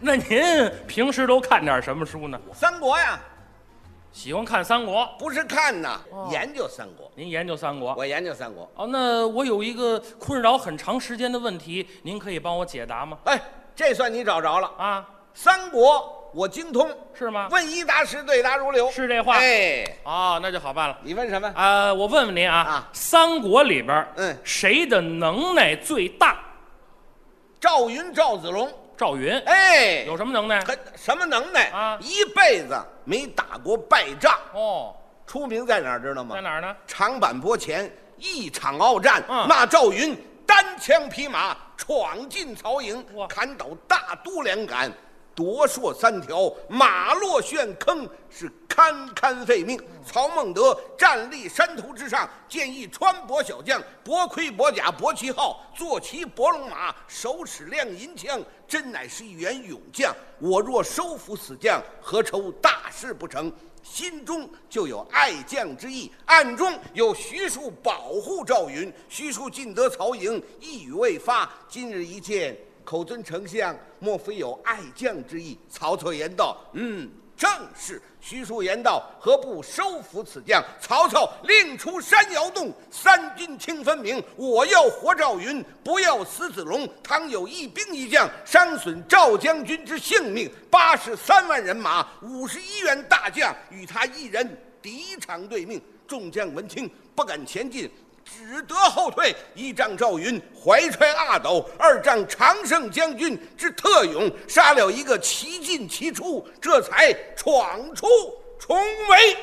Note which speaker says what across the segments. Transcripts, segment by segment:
Speaker 1: 那您平时都看点什么书呢？
Speaker 2: 三国呀，
Speaker 1: 喜欢看三国？
Speaker 2: 不是看呐，
Speaker 1: 哦
Speaker 2: 研究三国。
Speaker 1: 您研究三国？
Speaker 2: 我研究三国。
Speaker 1: 哦，那我有一个困扰很长时间的问题，您可以帮我解答吗？
Speaker 2: 哎，这算你找着了。
Speaker 1: 啊，
Speaker 2: 三国我精通，
Speaker 1: 是吗？
Speaker 2: 问一答十，对答如流。
Speaker 1: 是这话
Speaker 2: 哎，
Speaker 1: 哦，那就好办了。
Speaker 2: 你问什么？
Speaker 1: 啊，我问问您啊，
Speaker 2: 啊
Speaker 1: 三国里边儿，
Speaker 2: 嗯
Speaker 1: 谁的能耐最大？
Speaker 2: 赵云、赵子龙。
Speaker 1: 赵云，
Speaker 2: 哎，
Speaker 1: 有什么能耐？
Speaker 2: 很什么能耐
Speaker 1: 啊
Speaker 2: 一辈子没打过败仗，
Speaker 1: 哦，
Speaker 2: 出名在哪儿知道吗？
Speaker 1: 在哪儿呢？
Speaker 2: 长坂坡前一场鏖战，
Speaker 1: 嗯
Speaker 2: 那赵云单枪匹马闯进曹营
Speaker 1: 哇，
Speaker 2: 砍倒大都两杆，夺槊三条，马落陷坑，是堪堪废命。曹孟德站立山头之上，建议穿薄小将，薄盔薄甲薄旗号，坐骑薄龙马，手使亮银枪，真乃是一员勇将。我若收服此将，何愁大事不成？心中就有爱将之意，暗中有徐庶保护赵云。徐庶进得曹营，一语未发，今日一见，口尊丞相，莫非有爱将之意？曹操言道：“嗯，正是。”徐庶言道：“何不收服此将？”曹操令出山摇动，三军听分明。我要活赵云，不要死子龙。倘有一兵一将伤损赵将军之性命，八十三万人马，五十一员大将，与他一人敌场对命。众将闻听，不敢前进，只得后退。一仗赵云怀揣阿斗，二仗常胜将军之特勇，杀了一个齐进齐出，这才闯出重围。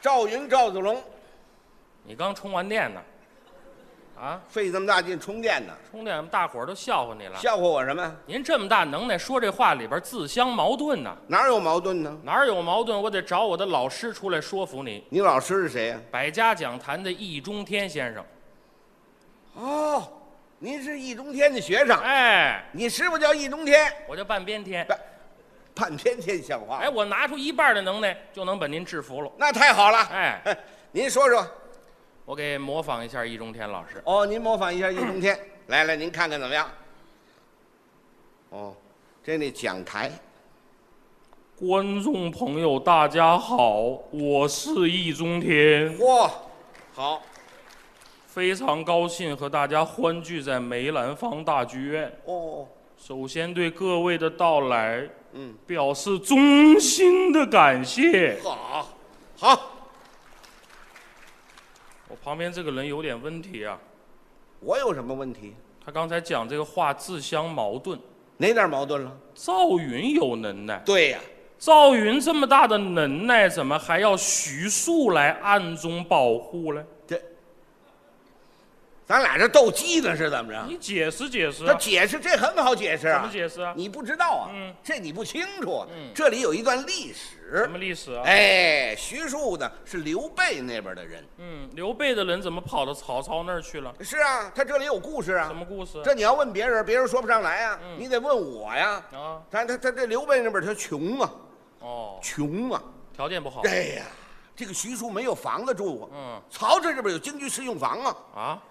Speaker 2: 赵云、赵子龙
Speaker 1: 你刚充完电呢，啊，
Speaker 2: 费这么大劲充电呢，
Speaker 1: 充电，我们大伙儿都笑话你了。
Speaker 2: 笑话我什么呀？
Speaker 1: 您这么大能耐，说这话里边自相矛盾呢、
Speaker 2: 哪有矛盾呢？
Speaker 1: 哪儿有矛盾，我得找我的老师出来说服你。
Speaker 2: 你老师是谁啊呀、
Speaker 1: 百家讲坛的易中天先生，
Speaker 2: 哦，您是易中天的学生，
Speaker 1: 哎，
Speaker 2: 你师傅叫易中天，
Speaker 1: 我就半边天，
Speaker 2: 半半天天像话。
Speaker 1: 哎，我拿出一半的能耐就能把您制服了。
Speaker 2: 那太好了。
Speaker 1: 哎，
Speaker 2: 您说说。
Speaker 1: 我给模仿一下易中天老师，
Speaker 2: 哦，您模仿一下易中天，来来，您看看怎么样？哦，这那讲台，
Speaker 1: 观众朋友大家好，我是易中天，
Speaker 2: 嚯，好，
Speaker 1: 非常高兴和大家欢聚在梅兰芳大剧院。
Speaker 2: 哦，
Speaker 1: 首先对各位的到来
Speaker 2: 嗯，
Speaker 1: 表示衷心的感谢。
Speaker 2: 好，好，
Speaker 1: 我旁边这个人有点问题啊，
Speaker 2: 我有什么问题？
Speaker 1: 他刚才讲这个话自相矛盾。
Speaker 2: 哪点矛盾了？
Speaker 1: 赵云有能耐，
Speaker 2: 对呀、
Speaker 1: 赵云这么大的能耐，怎么还要徐庶来暗中保护嘞？
Speaker 2: 这，咱俩这斗鸡呢是怎么着？
Speaker 1: 你解释解释
Speaker 2: 这
Speaker 1: 啊，
Speaker 2: 解释这很好解释
Speaker 1: 怎么
Speaker 2: 啊，
Speaker 1: 解释啊？
Speaker 2: 你不知道啊，
Speaker 1: 嗯
Speaker 2: 这你不清楚啊，这里有一段历史
Speaker 1: 什。么历史啊？
Speaker 2: 哎，徐庶呢是刘备那边的人，
Speaker 1: 嗯，刘备的人怎么跑到曹操那儿去了？
Speaker 2: 是啊，他这里有故事啊。
Speaker 1: 什么故事？
Speaker 2: 这你要问别人，别人说不上来啊，你得问我呀。
Speaker 1: 啊，
Speaker 2: 他他他这刘备那边他穷啊，
Speaker 1: 哦，
Speaker 2: 穷啊！
Speaker 1: 条件不好。
Speaker 2: 哎呀，这个徐庶没有房子住啊。
Speaker 1: 嗯
Speaker 2: 曹这这边有京居适用房啊，
Speaker 1: 啊，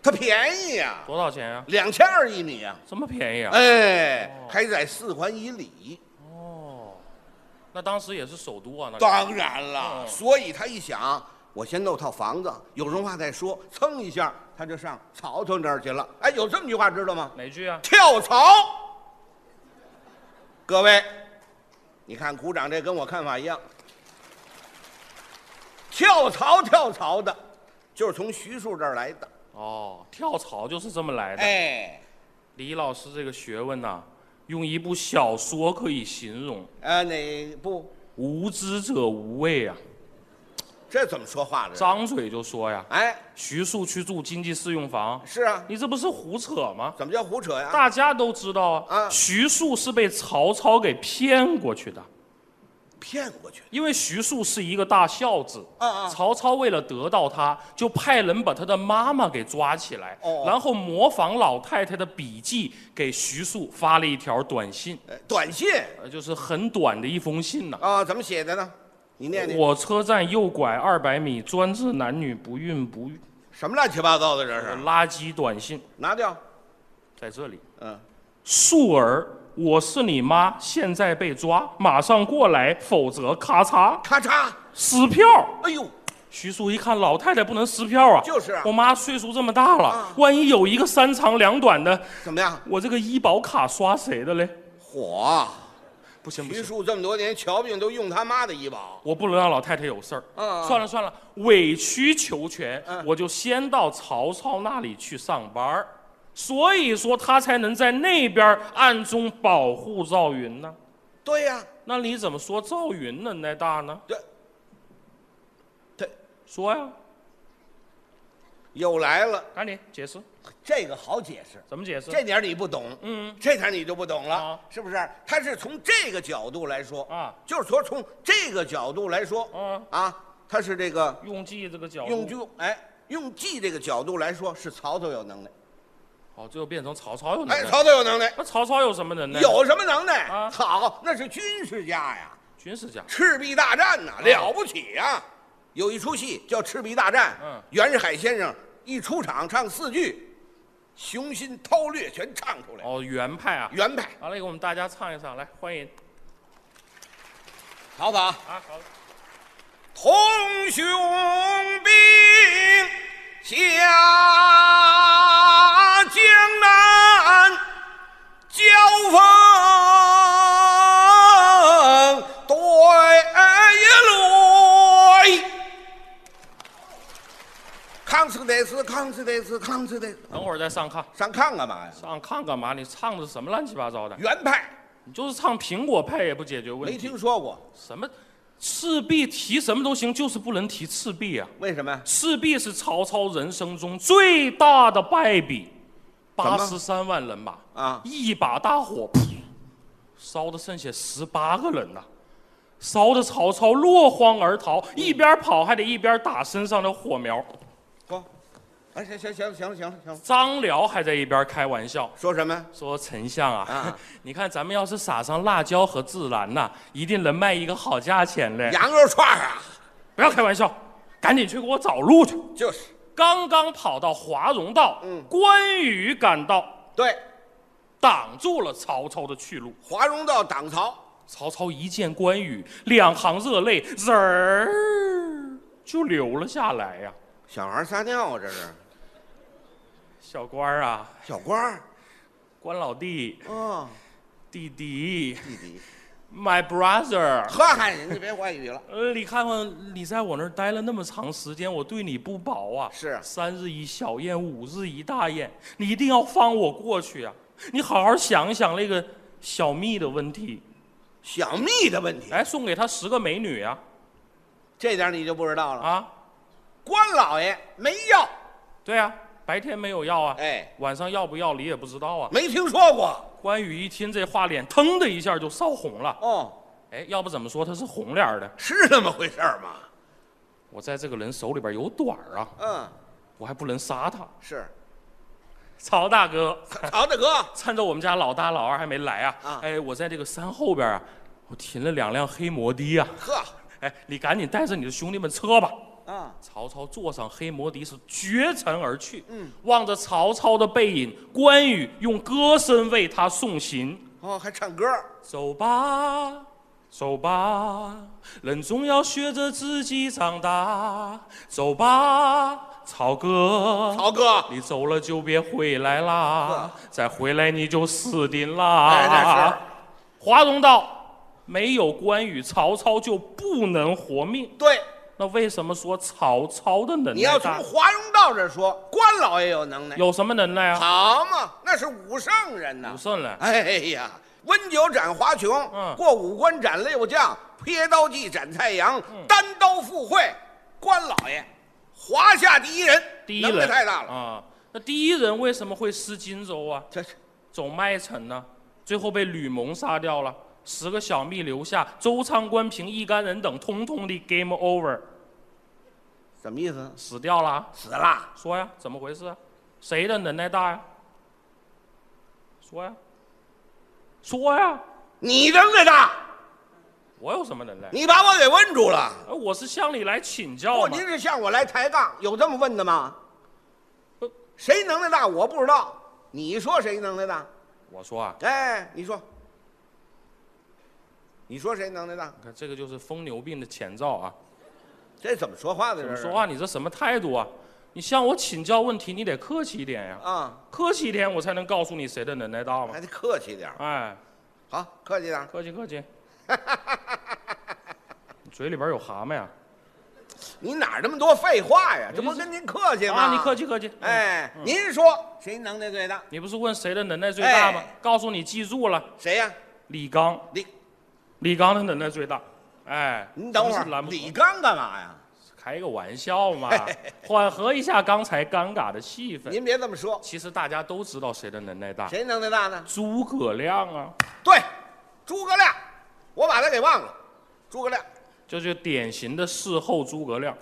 Speaker 2: 它便宜呀、
Speaker 1: 多少钱呀、
Speaker 2: 两千二一米啊。
Speaker 1: 这么便宜啊？
Speaker 2: 哎，还在四环以里。
Speaker 1: 那当时也是首都啊，那里
Speaker 2: 当然了，
Speaker 1: 嗯
Speaker 2: 所以他一想，我先弄套房子，有什么话再说，蹭一下他就上曹操那儿去了。哎，有这么句话知道吗？
Speaker 1: 哪句啊？
Speaker 2: 跳槽。各位，你看鼓掌，这跟我看法一样。跳槽跳槽的，就是从徐庶这儿来的。
Speaker 1: 哦，跳槽就是这么来的。
Speaker 2: 哎，
Speaker 1: 李老师这个学问呐、用一部小说可以形容，
Speaker 2: 呃，哪不？
Speaker 1: 无知者无畏啊，
Speaker 2: 这怎么说话的？
Speaker 1: 张嘴就说呀，
Speaker 2: 哎，
Speaker 1: 徐庶去住经济适用房，
Speaker 2: 是啊，
Speaker 1: 你这不是胡扯吗？
Speaker 2: 怎么叫胡扯呀？
Speaker 1: 大家都知道啊，
Speaker 2: 啊
Speaker 1: 徐庶是被曹操给骗过去的，
Speaker 2: 骗过去的。
Speaker 1: 因为徐庶是一个大孝子。
Speaker 2: 啊啊，
Speaker 1: 曹操为了得到他，就派人把他的妈妈给抓起来，
Speaker 2: 哦
Speaker 1: 然后模仿老太太的笔迹，给徐庶发了一条短信，
Speaker 2: 呃短信
Speaker 1: 呃，就是很短的一封信呐、
Speaker 2: 啊，怎么哎写的呢？你念念。
Speaker 1: 我车站右拐二百米，专治男女不孕不育。
Speaker 2: 什么乱七八糟的这是？
Speaker 1: 垃圾短信
Speaker 2: 拿掉。
Speaker 1: 在这里。
Speaker 2: 嗯，
Speaker 1: 素儿，我是你妈，现在被抓，马上过来，否则咔嚓
Speaker 2: 咔嚓！
Speaker 1: 撕票。
Speaker 2: 哎呦，
Speaker 1: 徐叔一看，老太太不能撕票啊！
Speaker 2: 就是啊
Speaker 1: 我妈岁数这么大了，
Speaker 2: 啊
Speaker 1: 万一有一个三长两短的，
Speaker 2: 怎么样？
Speaker 1: 我这个医保卡刷谁的嘞？
Speaker 2: 火！
Speaker 1: 不行不
Speaker 2: 徐
Speaker 1: 行，
Speaker 2: 庶这么多年瞧病都用他妈的医保，
Speaker 1: 我不能让老太太有事儿。
Speaker 2: 嗯嗯
Speaker 1: 算了算了，委曲求全，
Speaker 2: 嗯
Speaker 1: 我就先到曹操那里去上班儿，所以说他才能在那边儿暗中保护赵云呢。
Speaker 2: 对呀、
Speaker 1: 那你怎么说赵云能耐大呢？
Speaker 2: 这
Speaker 1: 说呀，
Speaker 2: 又来了，
Speaker 1: 赶紧解释，
Speaker 2: 这个好解释，
Speaker 1: 怎么解释？
Speaker 2: 这点你不懂，
Speaker 1: 嗯，
Speaker 2: 这点你就不懂了，
Speaker 1: 啊
Speaker 2: 是不是？他是从这个角度来说
Speaker 1: 啊，
Speaker 2: 就是说从这个角度来说，
Speaker 1: 嗯
Speaker 2: 啊，他是这个
Speaker 1: 用计这个角度，
Speaker 2: 用就哎用计这个角度来说，是曹操有能耐，
Speaker 1: 哦，最后变成曹操有能
Speaker 2: 哎，
Speaker 1: 耐。
Speaker 2: 曹操有能耐，
Speaker 1: 那曹操有什么能耐？
Speaker 2: 有什么能耐？
Speaker 1: 嗯啊
Speaker 2: 好，那是军事家呀，
Speaker 1: 军事家，
Speaker 2: 赤壁大战呐、了不起呀、有一出戏叫《赤壁大战》，
Speaker 1: 嗯
Speaker 2: 袁世凯先生一出场唱四句，雄心韬略全唱出来，
Speaker 1: 哦，原派啊。
Speaker 2: 原派。
Speaker 1: 好，来给我们大家唱一唱，来欢迎
Speaker 2: 曹操，
Speaker 1: 啊！好，
Speaker 2: 同雄兵下江南，交锋对垒。康斯戴斯，康斯戴斯，康斯戴斯，
Speaker 1: 等会儿再上炕，
Speaker 2: 上炕干嘛呀？
Speaker 1: 上炕干嘛？你唱的是什么乱七八糟的？
Speaker 2: 原派
Speaker 1: 你就是唱苹果派也不解决问
Speaker 2: 没
Speaker 1: 题。
Speaker 2: 听说过，
Speaker 1: 什么赤壁提什么都行，就是不能提赤壁啊！
Speaker 2: 为什么呀？
Speaker 1: 赤壁是曹操人生中最大的败笔，八
Speaker 2: 么
Speaker 1: 十三万人马
Speaker 2: 啊
Speaker 1: 一把大火，噗，烧的剩下十八个人呐、烧的曹操落荒而逃，一边跑还得一边打身上的火苗。
Speaker 2: 说，哎，行行行行了行了行了，
Speaker 1: 张辽还在一边开玩笑
Speaker 2: 说什么呀？
Speaker 1: 说：“丞相啊，
Speaker 2: 啊
Speaker 1: 你看咱们要是撒上辣椒和孜然呐、一定能卖一个好价钱嘞！
Speaker 2: 羊肉串儿啊，
Speaker 1: 不要开玩笑，赶紧去给我找路去。”
Speaker 2: 就是
Speaker 1: 刚刚跑到华容道，
Speaker 2: 嗯
Speaker 1: 关羽赶到，
Speaker 2: 对。
Speaker 1: 挡住了曹操的去路。
Speaker 2: 华容道挡曹，
Speaker 1: 曹操一见关羽，两行热泪滋儿就流了下来呀、
Speaker 2: 小孩撒尿啊，这是
Speaker 1: 小官儿啊，
Speaker 2: 小官儿
Speaker 1: 关老弟，
Speaker 2: 哦，
Speaker 1: 弟弟
Speaker 2: 弟弟，
Speaker 1: ，my brother，
Speaker 2: 呵，嗨，你别怀疑了，
Speaker 1: 呃，你看看你在我那儿待了那么长时间，我对你不薄啊。
Speaker 2: 是
Speaker 1: 三日一小宴，五日一大宴，你一定要放我过去啊！你好好想一想那个小蜜的问题。
Speaker 2: 小蜜的问题，
Speaker 1: 哎，送给他十个美女啊
Speaker 2: 这点你就不知道了。
Speaker 1: 啊！
Speaker 2: 关老爷没要，
Speaker 1: 对啊，白天没有要啊，
Speaker 2: 哎，
Speaker 1: 晚上要不要你也不知道啊。
Speaker 2: 没听说过
Speaker 1: 关羽一听这话，脸腾的一下就烧红了。
Speaker 2: 哦，
Speaker 1: 哎，要不怎么说他是红脸儿的？
Speaker 2: 是那么回事儿吗？
Speaker 1: 我在这个人手里边有短儿啊，
Speaker 2: 嗯，
Speaker 1: 我还不能杀他。
Speaker 2: 是
Speaker 1: 曹大哥，
Speaker 2: 曹大哥，
Speaker 1: 趁着我们家老大老二还没来啊，
Speaker 2: 啊
Speaker 1: 哎，我在这个山后边啊，我停了两辆黑摩的啊。
Speaker 2: 呵，
Speaker 1: 哎，你赶紧带着你的兄弟们撤吧。
Speaker 2: 啊，
Speaker 1: 曹操坐上黑摩的是绝尘而去。嗯，望着曹操的背影，关羽用歌声为他送行。
Speaker 2: 哦，还唱歌，
Speaker 1: 走吧，走吧，人总要学着自己长大。走吧，曹哥，
Speaker 2: 曹哥，啊
Speaker 1: 你走了就别回来啦，再回来你就死定啦。
Speaker 2: 哎那是
Speaker 1: 华容道没有关羽，曹操就不能活命。
Speaker 2: 对，
Speaker 1: 那为什么说曹操的能
Speaker 2: 你
Speaker 1: 耐
Speaker 2: 要从
Speaker 1: 大？
Speaker 2: 华容道这说，关老爷有能耐，
Speaker 1: 有什么能耐啊？
Speaker 2: 好嘛，那是武圣人呐
Speaker 1: 武，圣 人，
Speaker 2: 哎呀，温酒斩华雄，
Speaker 1: 嗯
Speaker 2: 过五关斩六将，撇刀计斩蔡阳，
Speaker 1: 嗯
Speaker 2: 单刀赴会，关老爷，华夏第一人，
Speaker 1: 第一
Speaker 2: 能耐
Speaker 1: 人
Speaker 2: 太大了。
Speaker 1: 啊、那第一人为什么会失荆州啊？
Speaker 2: 这是
Speaker 1: 走麦城呢，最后被吕蒙杀掉了，十个小蜜留下，周仓、关平一干人等通通的 game over，
Speaker 2: 什么意思？
Speaker 1: 死掉了。
Speaker 2: 死了？
Speaker 1: 说呀，怎么回事啊？谁的能耐大呀？说呀，说呀，
Speaker 2: 你能耐大，
Speaker 1: 我有什么能耐？哎
Speaker 2: 你把我给问住了。
Speaker 1: 而我是向你来请教
Speaker 2: 不，
Speaker 1: 嘛
Speaker 2: 您。是向我来抬杠，有这么问的吗？谁能耐大我不知道，你说谁能耐大？
Speaker 1: 我说啊，
Speaker 2: 哎，你说，你说谁能耐大？
Speaker 1: 你看这个就是疯牛病的前兆啊！
Speaker 2: 这怎么说话的？
Speaker 1: 怎
Speaker 2: 这
Speaker 1: 么
Speaker 2: 是
Speaker 1: 说话？你这什么态度啊？你向我请教问题，你得客气一点呀，
Speaker 2: 啊？
Speaker 1: 客气一点，我才能告诉你谁的能耐大嘛
Speaker 2: 还。得客气点儿，
Speaker 1: 哎，
Speaker 2: 好，客气点儿。
Speaker 1: 客气客 气。你嘴里边有蛤蟆呀？
Speaker 2: 你哪儿那么多废话呀？
Speaker 1: 你
Speaker 2: 这不
Speaker 1: 这
Speaker 2: 跟您客气吗？
Speaker 1: 啊，你客。气客气。嗯，
Speaker 2: 哎，您说谁能耐最大？
Speaker 1: 你不是问谁的能耐最大吗
Speaker 2: 哎？
Speaker 1: 告诉你，记住了，
Speaker 2: 谁呀？
Speaker 1: 李刚，
Speaker 2: 李，
Speaker 1: 李刚的能耐最大。哎，
Speaker 2: 您等会
Speaker 1: 咱们是
Speaker 2: 儿
Speaker 1: 拦，不住
Speaker 2: 李哎刚干嘛呀？
Speaker 1: 开个玩笑嘛，缓和一下刚才尴尬的气氛。
Speaker 2: 您别这么说，
Speaker 1: 其实大家都知道谁的能耐大，
Speaker 2: 谁能耐大呢？
Speaker 1: 诸葛亮啊，
Speaker 2: 对，诸葛亮，我把他给忘了。诸葛亮，
Speaker 1: 这就典型的事后诸葛亮。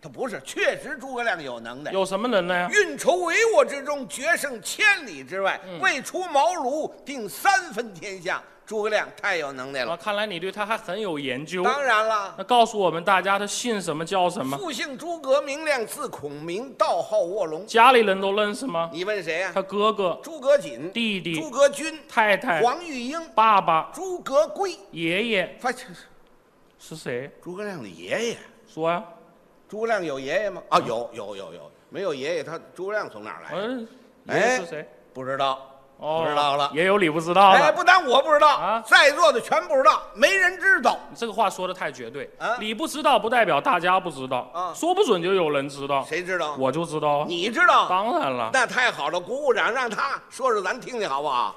Speaker 2: 他不是，确实诸葛亮有能耐。
Speaker 1: 有什么能耐啊？
Speaker 2: 运筹帷幄之中，决胜千里之外，
Speaker 1: 嗯
Speaker 2: 未出茅庐，定三分天下。诸葛亮太有能耐
Speaker 1: 啊，
Speaker 2: 了。
Speaker 1: 看来你对他还很有研究。
Speaker 2: 当然了，
Speaker 1: 那告诉我们大家他姓什么叫什么，
Speaker 2: 复姓诸葛，明亮，字孔明，道号卧龙。
Speaker 1: 家里人都认识吗？
Speaker 2: 你问谁呀、
Speaker 1: 他哥哥、
Speaker 2: 诸葛瑾、
Speaker 1: 弟弟
Speaker 2: 诸葛均、
Speaker 1: 太太、
Speaker 2: 黄玉英、
Speaker 1: 爸爸、
Speaker 2: 诸葛珪。
Speaker 1: 爷爷
Speaker 2: 发现
Speaker 1: 是谁？啊
Speaker 2: 诸葛亮的爷爷，
Speaker 1: 说呀、
Speaker 2: 诸葛亮有爷爷吗？啊，有有有有，没有爷爷，他诸葛亮从哪儿来？
Speaker 1: 嗯、
Speaker 2: 哎
Speaker 1: 爷爷是谁？
Speaker 2: 不知道，
Speaker 1: 哦，
Speaker 2: 不知道了
Speaker 1: 也有你不知道的。
Speaker 2: 哎，不但我不知道
Speaker 1: 啊，
Speaker 2: 在座的全不知道，没人知道。
Speaker 1: 你这个话说的太绝对。
Speaker 2: 啊
Speaker 1: 你不知道不代表大家不知道，
Speaker 2: 啊
Speaker 1: 说不准就有人知道。
Speaker 2: 谁知道？
Speaker 1: 我就知道啊。
Speaker 2: 你知道？
Speaker 1: 当然了，
Speaker 2: 那太好了，鼓鼓掌，让他说说咱听听好不好？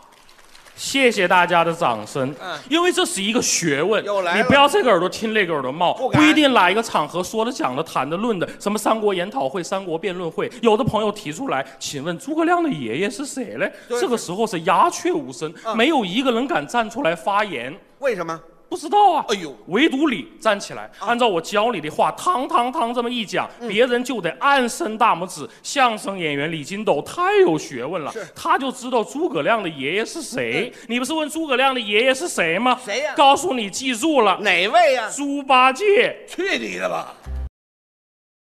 Speaker 1: 谢谢大家的掌声，
Speaker 2: 嗯
Speaker 1: 因为这是一个学问
Speaker 2: 又来，了
Speaker 1: 你不要这个耳朵听那个耳朵冒，不
Speaker 2: 不敢
Speaker 1: 一定哪一个场合说的、讲的、谈的、论的，什么三国研讨会、三国辩论会，有的朋友提出来，请问诸葛亮的爷爷是谁嘞？
Speaker 2: 对
Speaker 1: 这个时候是鸦雀无声，
Speaker 2: 嗯
Speaker 1: 没有一个人敢站出来发言，
Speaker 2: 为什么？
Speaker 1: 不知道啊。
Speaker 2: 哎呦，
Speaker 1: 唯独你站起来，
Speaker 2: 啊
Speaker 1: 按照我教你的话，堂堂堂这么一讲，
Speaker 2: 嗯
Speaker 1: 别人就得暗伸大拇指。相声演员李金斗太有学问了
Speaker 2: 是，嗯
Speaker 1: 他就知道诸葛亮的爷爷是谁。你不是问诸葛亮的爷爷是谁吗？
Speaker 2: 谁呀嗯
Speaker 1: 告诉你，记住了，
Speaker 2: 哪位呀？
Speaker 1: 猪八戒。
Speaker 2: 去你的吧！